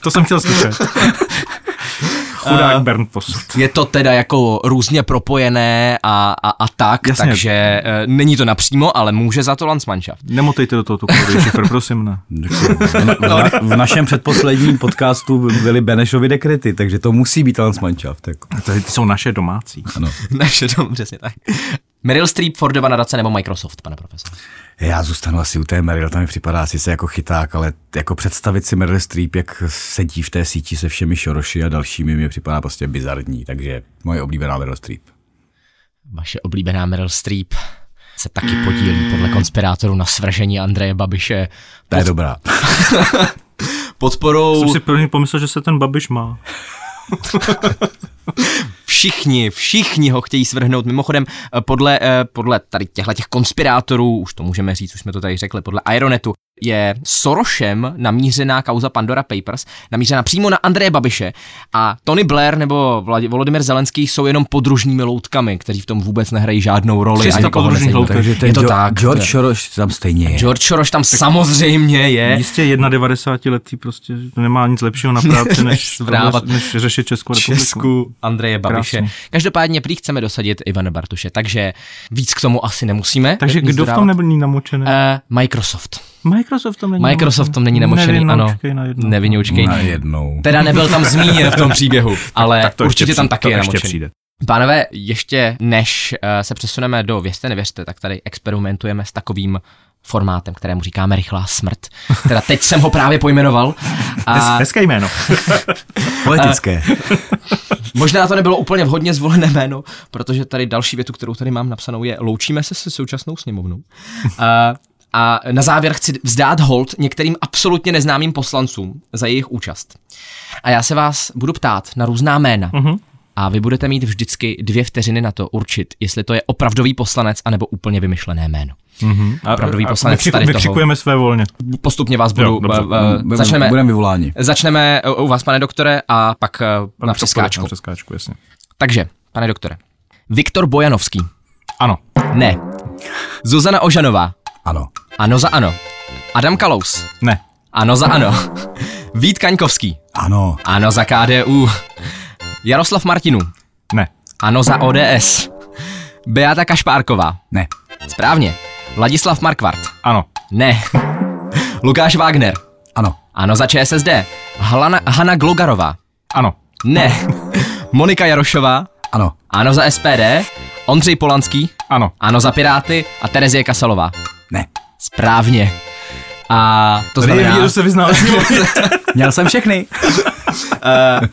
Speaker 3: To jsem chtěl slyšet. <laughs> Chudák uh, Bernd Posud.
Speaker 2: Je to teda jako různě propojené a, a, a tak,
Speaker 3: Jasně.
Speaker 2: takže e, není to napřímo, ale může za to Landsmannschaft.
Speaker 3: Nemotejte do toho tu kolodu, šifr, prosím, ne.
Speaker 4: V,
Speaker 2: <laughs>
Speaker 4: na, v našem předposledním podcastu byly Benešovi dekrety, takže to musí být Landsmannschaft. Jako.
Speaker 3: To je- ty jsou naše domácí.
Speaker 2: <laughs> Takže to přesně tak. Meryl Streep, Fordova nadace nebo Microsoft, pane profesor?
Speaker 4: Já zůstanu asi u té Meryl, tam mi připadá sice jako chyták, ale jako představit si Meryl Streep, jak sedí v té síti se všemi Šoroši a dalšími, mi připadá prostě bizarní, takže moje oblíbená Meryl Streep.
Speaker 2: Vaše oblíbená Meryl Streep se taky podílí podle konspirátorů na svržení Andreje Babiše
Speaker 4: Ta je dobrá.
Speaker 2: podporou
Speaker 3: Jsem si první pomyslel, že se ten Babiš má.
Speaker 2: všichni, všichni ho chtějí svrhnout. Mimochodem, eh, podle, eh, podle tady těchto těch konspirátorů, už to můžeme říct, už jsme to tady řekli, podle Ironetu, je Sorošem namířená kauza Pandora Papers, namířená přímo na Andreje Babiše a Tony Blair nebo Vladi- Volodymyr Zelenský jsou jenom podružními loutkami, kteří v tom vůbec nehrají žádnou roli.
Speaker 3: 300
Speaker 2: A nikoho
Speaker 3: podružných
Speaker 2: nezajímají.
Speaker 3: loutek. Takže
Speaker 2: Je to tak.
Speaker 4: George Soros tam stejně je.
Speaker 2: George Soros tam samozřejmě je.
Speaker 3: Jistě 91 letý prostě nemá nic lepšího na práci, než,
Speaker 2: Zvrávat.
Speaker 3: než řešit Českou republiku.
Speaker 2: Česku Andreje Babiše.
Speaker 3: Krásně.
Speaker 2: Každopádně prý chceme dosadit Ivana Bartuše, takže víc k tomu asi nemusíme.
Speaker 3: Takže
Speaker 2: nic
Speaker 3: kdo v
Speaker 2: dodávat.
Speaker 3: tom nebyl namočený?
Speaker 2: Eh, Microsoft.
Speaker 3: Microsoft v tom není
Speaker 2: Microsoft v tom není namočený, ano.
Speaker 3: Nevinoučkej na Hmm. jednou.
Speaker 2: Nevinoučkej.
Speaker 4: Najednou.
Speaker 2: Teda nebyl tam zmíněn v
Speaker 3: <laughs>
Speaker 2: tom příběhu, ale
Speaker 3: Tak to ještě
Speaker 2: určitě tam
Speaker 3: přijde,
Speaker 2: taky
Speaker 3: to
Speaker 2: je
Speaker 3: ještě
Speaker 2: namočený.
Speaker 3: přijde.
Speaker 2: Pánové, ještě než eh, se přesuneme do Věřte, nevěřte, tak tady experimentujeme s takovým formátem, kterému říkáme rychlá smrt. Teda teď jsem ho právě pojmenoval.
Speaker 3: Hez-
Speaker 2: A
Speaker 3: Hezké
Speaker 2: <laughs>
Speaker 3: jméno.
Speaker 2: Eh,
Speaker 4: Poetické.
Speaker 2: Možná to nebylo úplně vhodně zvolené jméno, protože tady další větu, kterou tady mám napsanou, je Loučíme se se současnou sněmovnou. A A na závěr chci vzdát hold některým absolutně neznámým poslancům za jejich účast. A já se vás budu ptát na různá jména. Mm-hmm. A vy budete mít vždycky dvě vteřiny na to určit, jestli to je opravdový poslanec anebo úplně vymyšlené jméno.
Speaker 3: Mm-hmm. A,
Speaker 2: Opravdový poslanec
Speaker 3: vykřik-
Speaker 2: tady toho.
Speaker 3: vykřikujeme své volně.
Speaker 2: Postupně vás budu...
Speaker 3: dobře.
Speaker 2: eh, eh,
Speaker 4: Budeme-
Speaker 2: začneme,
Speaker 4: Budeme vyvoláni.
Speaker 2: začneme eh, u vás, pane doktore, a pak eh, na přeskáčku.
Speaker 3: Na přeskáčku, jasně.
Speaker 2: Takže, pane doktore. Viktor Bojanovský.
Speaker 3: Ano.
Speaker 2: Ne. Zuzana Ožanová.
Speaker 4: Ano.
Speaker 2: Ano za ano. Adam Kalous.
Speaker 3: Ne.
Speaker 2: Ano za ano. <laughs> Vít Kaňkovský.
Speaker 4: Ano.
Speaker 2: Ano za KDU. Jaroslav Martinů.
Speaker 3: Ne.
Speaker 2: Ano za ODS. Beata Kašpárková.
Speaker 4: Ne.
Speaker 2: Správně. Vladislav Markvart.
Speaker 3: Ano.
Speaker 2: Ne. <laughs> Lukáš Wagner.
Speaker 4: Ano.
Speaker 2: Ano za ČSSD. Hlana, Hanna Glogarová.
Speaker 3: Ano.
Speaker 2: Ne. <laughs> Monika Jarošová.
Speaker 4: Ano.
Speaker 2: Ano za SPD. Ondřej Polanský.
Speaker 3: Ano.
Speaker 2: Ano za Piráty a Terezie Kasalová.
Speaker 4: Ne.
Speaker 2: Správně. A to
Speaker 3: Tady je
Speaker 2: znamená,
Speaker 3: vidět, že se vyznáš.
Speaker 4: <laughs> Měl jsem všechny.
Speaker 2: <laughs>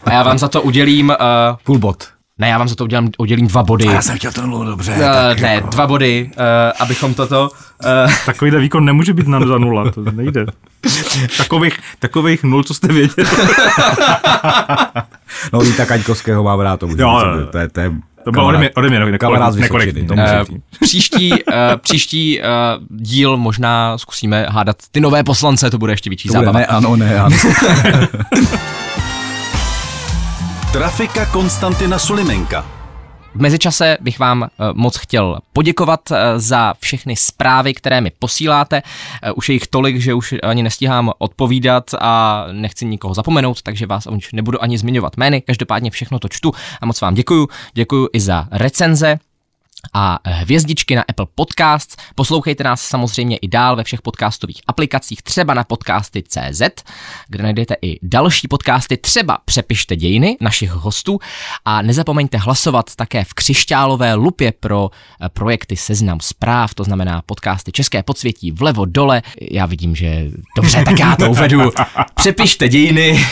Speaker 2: a já vám za to udělím, uh,
Speaker 4: Půl bod.
Speaker 2: ne, já vám za to udělám, udělím dva body.
Speaker 4: A já jsem chtěl to nulu, dobře.
Speaker 2: Uh,
Speaker 4: tak
Speaker 2: ne,
Speaker 4: jako.
Speaker 2: dva body, uh, abychom toto, uh,
Speaker 3: Takovýhle výkon nemůže být na za nula, to nejde. Takových, takových nul, co jste věděli.
Speaker 2: <laughs>
Speaker 4: No Víta Kaňkovského mám rád, to můžu
Speaker 3: Jo,
Speaker 4: říct,
Speaker 3: jo, jo.
Speaker 4: To je, to je
Speaker 3: To bylo ode mě, ode mě nekorektní.
Speaker 4: kamarád z Vysočiny.
Speaker 3: nekorektní, to
Speaker 4: Ne.
Speaker 3: musím
Speaker 2: uh,
Speaker 3: říct.
Speaker 2: příští, uh, příští uh, díl možná zkusíme hádat ty nové poslance, to bude ještě větší
Speaker 4: To bude,
Speaker 2: zábava.
Speaker 4: ne, ano, ne, <laughs> ano.
Speaker 1: Trafika Konstantina Sulimenka.
Speaker 2: V mezičase bych vám eh, moc chtěl poděkovat eh, za všechny zprávy, které mi posíláte. Eh, Už je jich tolik, že už ani nestíhám odpovídat a nechci nikoho zapomenout, takže vás už nebudu ani zmiňovat jmény. Každopádně všechno to čtu a moc vám děkuju. Děkuju i za recenze a hvězdičky na Apple Podcasts. Poslouchejte nás samozřejmě i dál ve všech podcastových aplikacích, třeba na podcasty.cz, kde najdete i další podcasty, třeba Přepište dějiny našich hostů a nezapomeňte hlasovat také v křišťálové lupě pro eh, projekty Seznam zpráv, to znamená podcasty České podsvětí vlevo dole. Já vidím, že dobře, tak já to uvedu. Přepište dějiny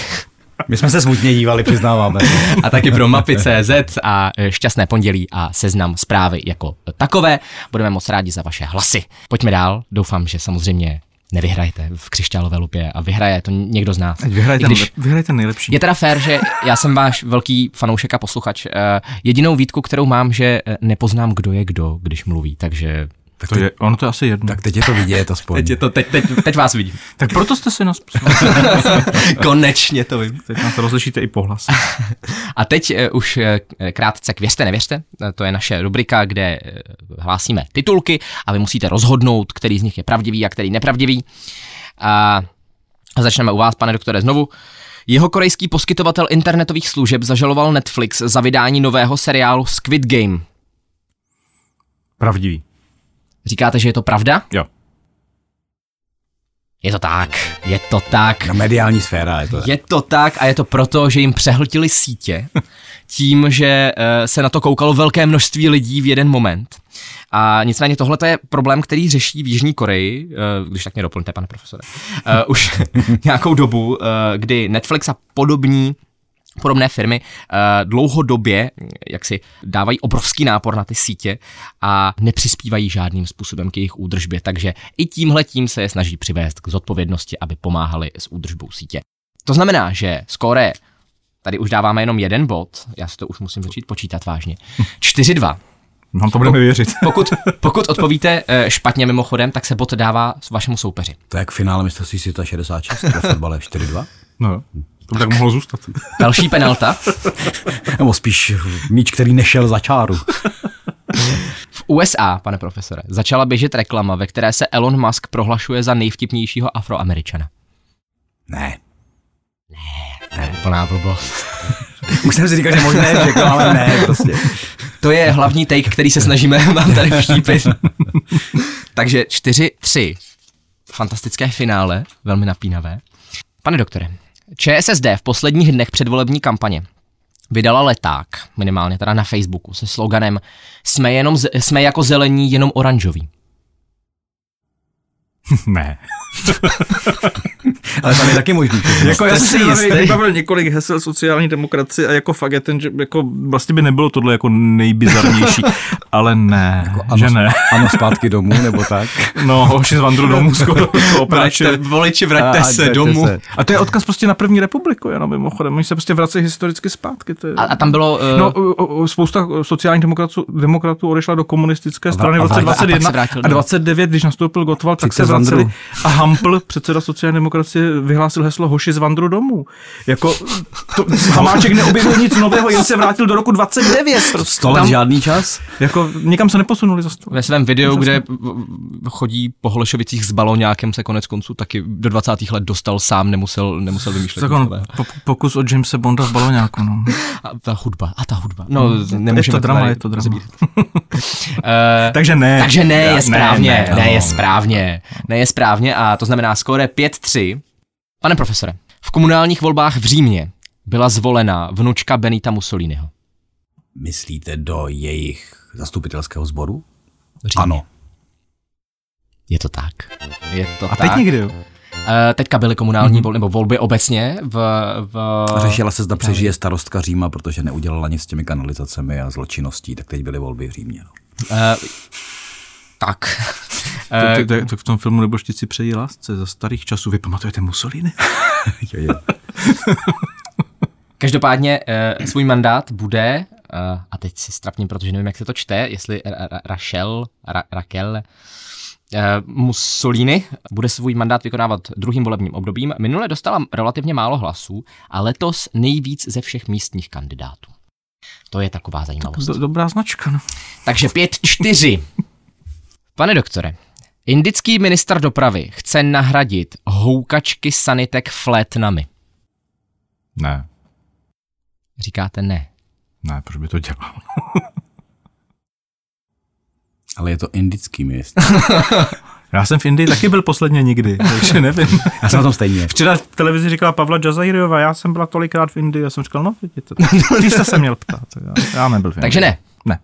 Speaker 4: My jsme se smutně dívali, přiznáváme.
Speaker 2: a taky pro mapy.cz a eh, šťastné pondělí a seznam zprávy jako takové. Budeme moc rádi za vaše hlasy. Pojďme dál, doufám, že samozřejmě nevyhrajete v křišťálové lupě a vyhraje to někdo z nás.
Speaker 3: Ať vyhrajete,
Speaker 2: I když-
Speaker 3: nejlep- vyhrajete nejlepší.
Speaker 2: je teda fér, že já jsem váš velký fanoušek a posluchač. Eh, Jedinou výtku, kterou mám, že eh, nepoznám, kdo je kdo, když mluví, takže...
Speaker 4: tak,
Speaker 3: To
Speaker 4: teď,
Speaker 3: je, ono to je asi jedno. Tak,
Speaker 4: tak teď je to vidět aspoň.
Speaker 2: Teď, je to, teď, teď, teď vás vidím.
Speaker 3: tak proto jste si
Speaker 2: <laughs>
Speaker 3: nás psali.
Speaker 2: Konečně to vím.
Speaker 3: Teď nás rozlišíte i pohlas.
Speaker 2: A teď eh, už eh, krátce k věřte, nevěřte. Eh, To je naše rubrika, kde eh, hlásíme titulky a vy musíte rozhodnout, který z nich je pravdivý a který nepravdivý. A začneme u vás, pane doktore, znovu. Jeho korejský poskytovatel internetových služeb zažaloval Netflix za vydání nového seriálu Squid Game.
Speaker 3: Pravdivý.
Speaker 2: Říkáte, že je to pravda?
Speaker 3: Jo.
Speaker 2: Je to tak, je to tak.
Speaker 4: Na mediální sféra je to.
Speaker 2: Je to tak a je to proto, že jim přehltili sítě tím, že eh, se na to koukalo velké množství lidí v jeden moment. A nicméně tohle je problém, který řeší v Jižní Koreji, eh, když tak mě doplňte, pane profesore, eh, už <laughs> nějakou dobu, eh, kdy Netflix a podobní podobné firmy eh, dlouhodobě hm, jak si dávají obrovský nápor na ty sítě a nepřispívají žádným způsobem k jejich údržbě, takže i tímhletím se je snaží přivést k zodpovědnosti, aby pomáhali s údržbou sítě. To znamená, že skóre, tady už dáváme jenom jeden bod, já si to už musím začít počítat vážně, 4-2.
Speaker 3: Vám No, to budeme věřit.
Speaker 2: Pokud, pokud odpovíte eh, špatně mimochodem, tak se bod dává s vašemu soupeři.
Speaker 4: To je jak finále mistrovství světa 66 ve fotbale 4-2.
Speaker 3: <laughs> No, jo. to by tak mohlo <laughs> zůstat.
Speaker 2: Další penalta.
Speaker 4: Nebo spíš míč, který nešel za čáru.
Speaker 2: V USA, pane profesore, začala běžet reklama, ve které se Elon Musk prohlašuje za nejvtipnějšího afroameričana.
Speaker 4: Ne.
Speaker 2: Ne, plná blbost.
Speaker 4: Už jsem si říkal, že možné všechno, ale ne prostě.
Speaker 2: To je hlavní take, který se snažíme <laughs> vám tady vštípit. Takže 4-3. Fantastické finále, velmi napínavé. Pane doktore, ČSSD v posledních dnech předvolební kampaně vydala leták, minimálně teda na Facebooku, se sloganem jsme, jenom, z- jsme jako zelení, jenom oranžoví.
Speaker 3: Ne.
Speaker 4: Ale tam je taky možný. že?
Speaker 3: Jako já
Speaker 2: Jste
Speaker 3: jsem
Speaker 2: si
Speaker 3: si tady
Speaker 2: jistý?
Speaker 3: vybavil několik hesel sociální demokracie a jako fakt je ten, že jako vlastně by nebylo tohle jako <laughs> nejbizarnější, ale ne,
Speaker 4: ano,
Speaker 3: že ne.
Speaker 4: ano, zpátky domů, nebo tak.
Speaker 3: No, hoši z Vandru domů <laughs> skoro to opráčili.
Speaker 2: voliči,
Speaker 4: A- a jděte se.
Speaker 3: A to je odkaz prostě na první republiku, jenom mimochodem. Oni se prostě vracejí historicky zpátky. To je...
Speaker 2: A, a tam bylo... eh,
Speaker 3: No, o- o- o- spousta sociálních demokratů, demokratů odešla do komunistické strany v
Speaker 4: a
Speaker 3: roce
Speaker 4: vrátil- a pak se
Speaker 3: 21
Speaker 2: vrátil,
Speaker 3: a
Speaker 2: no.
Speaker 3: 29, když nastoupil Gottwald, tak se
Speaker 4: Přijďte z
Speaker 3: vraceli.
Speaker 4: Vandru.
Speaker 3: A Hampl, předseda sociální demokracie, vyhlásil heslo Hoši z Vandru domů. Jako, to, Hamáček neobjevil nic nového, jen se vrátil do roku 29. Prostě.
Speaker 4: To ale
Speaker 3: Tam-
Speaker 4: žádný čas.
Speaker 3: Jako, nikam se neposunuli za stůl.
Speaker 2: ve svém videu, kde v- chodí po Holešovicích s baloňákem, se konec konců taky do 20. let dostal sám, nemusel, nemusel vymýšlet.
Speaker 3: Tak
Speaker 2: nic
Speaker 3: on,
Speaker 2: nového.
Speaker 3: po- pokus od Jamesa Bonda v baloňáku. No.
Speaker 2: A ta hudba, a ta hudba. No, nemůžeme
Speaker 3: je to drama,
Speaker 2: tady
Speaker 3: je to drama. <laughs>
Speaker 2: rozebírat. Eh,
Speaker 3: Takže ne.
Speaker 2: Takže ne,
Speaker 3: Já-
Speaker 2: je správně, ne,
Speaker 3: ne,
Speaker 2: je
Speaker 3: no.
Speaker 2: správně, ne je správně a to znamená skóre 5-3. Pane profesore, v komunálních volbách v Římě byla zvolena vnučka Benita Mussoliniho.
Speaker 4: Myslíte do jejich zastupitelského sboru?
Speaker 2: Římě.
Speaker 4: Ano.
Speaker 2: Je to tak. Je to
Speaker 3: A
Speaker 2: tak.
Speaker 3: teď Mhm. nikdy, jo.
Speaker 2: Eh, teďka byly komunální volby, nebo volby obecně v... v
Speaker 4: Řešila se, zda přežije starostka Říma, protože neudělala nic s těmi kanalizacemi a zločinností, tak teď byly volby v Římě. no.
Speaker 2: eh, tak.
Speaker 3: To,
Speaker 2: Eh,
Speaker 3: to, to, to v tom filmu nebo štici přejí lásce za starých časů. Vy pamatujete Mussolini?
Speaker 4: Jo, jo.
Speaker 2: Každopádně eh, svůj mandát bude, eh, a teď si strapním, protože nevím, jak se to čte, jestli Ra- Ra- Rašel, Ra- Raquel, eh, Mussolini bude svůj mandát vykonávat druhým volebním obdobím. Minule dostala relativně málo hlasů a letos nejvíc ze všech místních kandidátů. To je taková zajímavost.
Speaker 3: Do, dobrá značka, no.
Speaker 2: Takže 5-4. Pane doktore, indický minister dopravy chce nahradit houkačky sanitek flétnami.
Speaker 3: Ne,
Speaker 2: Říkáte ne.
Speaker 3: ne, proč by to dělal?
Speaker 4: Ale je to indický <laughs> měst.
Speaker 3: Já jsem v Indii taky byl posledně nikdy, takže nevím.
Speaker 4: Já jsem na tom stejně.
Speaker 3: <laughs> Včera v televizi říkala Pavla Jazajriová, já jsem byla tolikrát v Indii, já jsem říkal, no <laughs> vidíte, ty jste se měl ptát. Já, já nebyl v Indii.
Speaker 2: Takže ne.
Speaker 3: Ne.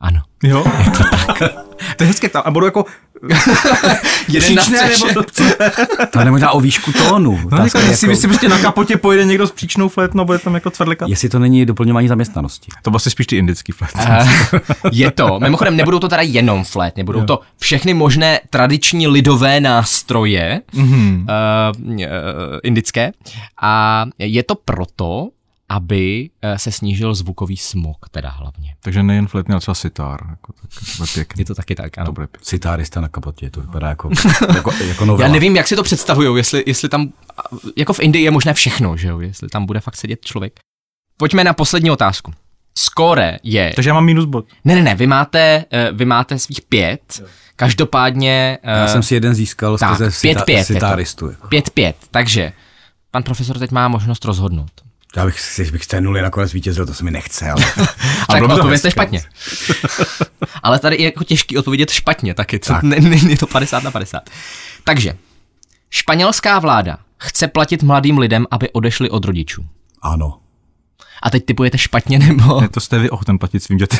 Speaker 2: Ano.
Speaker 3: Jo, <laughs> je to tak. to je hezky tam, a <laughs> budu jako příčné, nebo co?
Speaker 4: To je možná o výšku tónu.
Speaker 3: No,
Speaker 4: Otázka
Speaker 3: jako,
Speaker 4: je
Speaker 3: jestli,
Speaker 4: jako-
Speaker 3: jestli prostě na kapotě pojede někdo s příčnou flétnou, bude tam jako tvrdlikat.
Speaker 4: Jestli to není doplňování zaměstnanosti.
Speaker 3: To byl asi spíš ty indický flétny.
Speaker 2: Eh, <laughs> je to. Mimochodem, nebudou to teda jenom flétny, budou to všechny možné tradiční lidové nástroje mm-hmm.
Speaker 3: Mhm.
Speaker 2: uh, indické. A je to proto, aby eh, se snížil zvukový smog, teda hlavně.
Speaker 3: Takže nejen flétny, ale třeba sitár. Jako, tak, to bude pěkný.
Speaker 2: Je to taky tak, ano.
Speaker 3: bude pěkný.
Speaker 4: Citárista na kapotě, to vypadá
Speaker 2: <laughs>
Speaker 4: jako, jako, jako novela.
Speaker 2: Já nevím, jak si to představují, jestli, jestli tam, jako v Indii je možné všechno, že jo, jestli tam bude fakt sedět člověk. Pojďme na poslední otázku. Skore je
Speaker 3: Takže já mám minus bod.
Speaker 2: Ne, ne, ne, vy máte, eh, vy máte svých pět, každopádně eh,
Speaker 4: Já jsem si jeden získal
Speaker 2: tak,
Speaker 4: skrze
Speaker 2: pět,
Speaker 4: sita-
Speaker 2: pět je to.
Speaker 4: sitáristu. jako.
Speaker 2: pět, pět, takže pan profesor teď má možnost rozhodnout.
Speaker 4: Já bych, si- bych z té nuly nakonec vítězil, to se mi nechce,
Speaker 2: <laughs>
Speaker 4: ale
Speaker 2: tak
Speaker 3: bylo by to
Speaker 2: odpovězte
Speaker 3: hezké.
Speaker 2: špatně. Ale tady je jako těžký odpovědět špatně taky, co?
Speaker 4: Tak.
Speaker 2: Ne, ne, je to 50 na 50. Takže, španělská vláda chce platit mladým lidem, aby odešli od rodičů.
Speaker 4: ano.
Speaker 2: A teď typujete špatně
Speaker 3: <laughs>
Speaker 2: nebo...
Speaker 3: Ne, to jste vy ochten platit svým dětem.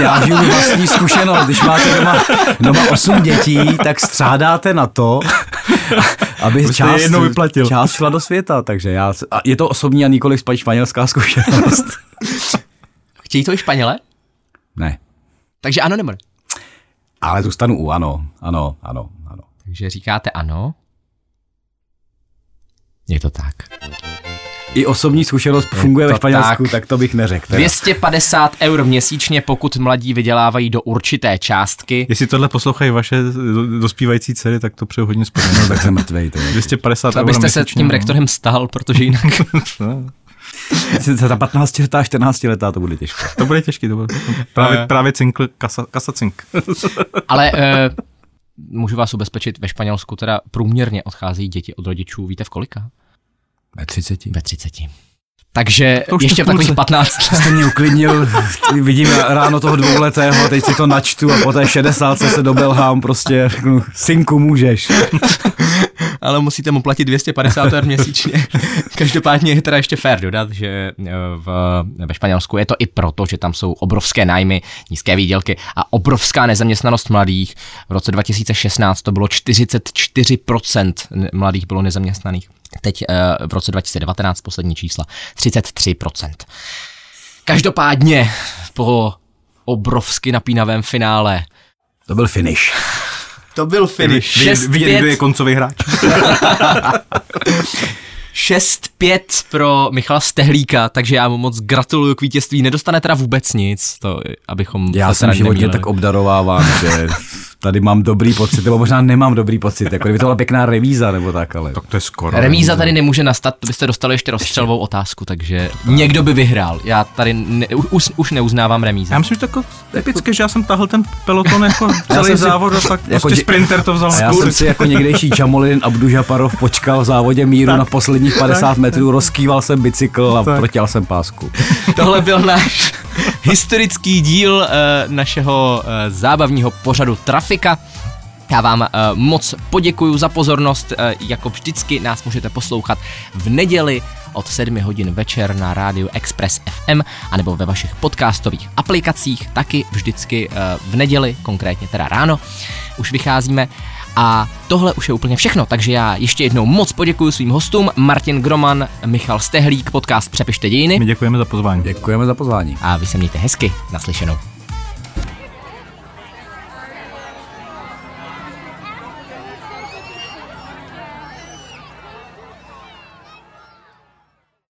Speaker 4: Já žiju vlastní zkušenost. Když máte doma, doma 8 dětí, tak střádáte na to, <laughs> aby
Speaker 2: Prostě
Speaker 3: Abyste
Speaker 4: část,
Speaker 3: je jednou vyplatil.
Speaker 4: část šla do světa. Takže já, a je to osobní a nikoli spa- španělská
Speaker 2: <laughs>
Speaker 4: zkušenost.
Speaker 2: Chtějí to i Španěle?
Speaker 4: Ne,
Speaker 2: Takže ano nebo ne?
Speaker 4: ale zůstanu u ano, ano, ano, ano.
Speaker 2: Takže říkáte ano. Je to tak.
Speaker 4: I osobní zkušenost funguje
Speaker 2: to
Speaker 4: ve Španělsku,
Speaker 2: tak.
Speaker 4: tak. tak No, to bych neřekl. teda.
Speaker 2: 250 eur měsíčně, pokud mladí vydělávají do určité částky.
Speaker 3: Jestli tohle poslouchají vaše do- dospívající dcery, tak to přeju hodně spodně.
Speaker 4: <laughs> No tak jsem mrtvej. To je.
Speaker 3: 250 eur
Speaker 2: Abyste se
Speaker 3: měsíčně,
Speaker 2: tím
Speaker 3: no.
Speaker 2: rektorem stal, protože jinak...
Speaker 4: Jestli za ta 15 letá, 14 letá to bude těžké.
Speaker 3: To bude těžký, to bude. Právě, právě cinkl, kasa, kasa cink.
Speaker 2: <laughs> Ale eh, můžu vás ubezpečit, ve Španělsku teda průměrně odchází děti od rodičů, víte v kolika?
Speaker 4: Ve 30.
Speaker 2: Ve 30. Takže
Speaker 3: To už
Speaker 2: ještě
Speaker 3: jste
Speaker 2: v
Speaker 3: v půlce.
Speaker 2: takových 15 <laughs>
Speaker 4: Jste mě uklidnil, vidím ráno toho dvouletého, teď si to načtu a po té 60 se dobelhám prostě, řeknu, synku můžeš.
Speaker 2: ale musíte mu platit 250 eur <laughs> měsíčně. Každopádně je teda ještě fér dodat, že eh, v, ve Španělsku je to i proto, že tam jsou obrovské nájmy, nízké výdělky a obrovská nezaměstnanost mladých. V roce 2016 to bylo 44% ne- mladých bylo nezaměstnaných. Teď eh, v roce 2019 poslední čísla 33%. Každopádně po obrovsky napínavém finále
Speaker 4: To byl finish.
Speaker 2: to byl finish.
Speaker 3: Vidět, vidět, kdo je
Speaker 2: 6-5.
Speaker 3: koncový hráč.
Speaker 2: 6-5 pro Michala Stehlíka, takže já mu moc gratuluju k vítězství. Nedostane teda vůbec nic, to, abychom
Speaker 4: Já
Speaker 2: se
Speaker 4: jsem
Speaker 2: teda
Speaker 4: životně
Speaker 2: nemýlili.
Speaker 4: tak obdarovávám, že tady mám dobrý pocit, nebo možná nemám dobrý pocit, jako kdyby to byla pěkná revíza nebo tak, ale...
Speaker 3: Tak to je skoro.
Speaker 2: Remíza tady nemůže nastat, to byste dostali ještě rozstřelovou otázku, takže někdo by vyhrál. Já tady ne, už, už neuznávám remíze.
Speaker 3: Já myslím, že to jako typické, že já jsem tahl ten peloton jako
Speaker 4: jsem si-
Speaker 3: celý závod a pak
Speaker 4: jako
Speaker 3: jako
Speaker 4: dě-
Speaker 3: prostě sprinter to vzal.
Speaker 4: A já
Speaker 3: na
Speaker 4: jsem si jako někdejší Čamolin Abdužaparov počkal v závodě míru na posledních 50 metrů, rozkýval jsem bicykl a
Speaker 3: Tak.
Speaker 4: protěl jsem pásku.
Speaker 2: Tohle byl náš historický díl eh, našeho eh, zábavního pořadu Trafika. Já vám eh, moc poděkuji za pozornost. Eh, jako vždycky nás můžete poslouchat v neděli od 7 hodin večer na rádiu Express FM anebo ve vašich podcastových aplikacích, taky vždycky eh, v neděli, konkrétně teda ráno. Už vycházíme a tohle už je úplně všechno, takže já ještě jednou moc poděkuji svým hostům Martin Groman, Michal Stehlík, podcast Přepište dějiny
Speaker 3: My děkujeme za pozvání.
Speaker 4: Děkujeme za pozvání.
Speaker 2: a vy se mějte hezky naslyšenou.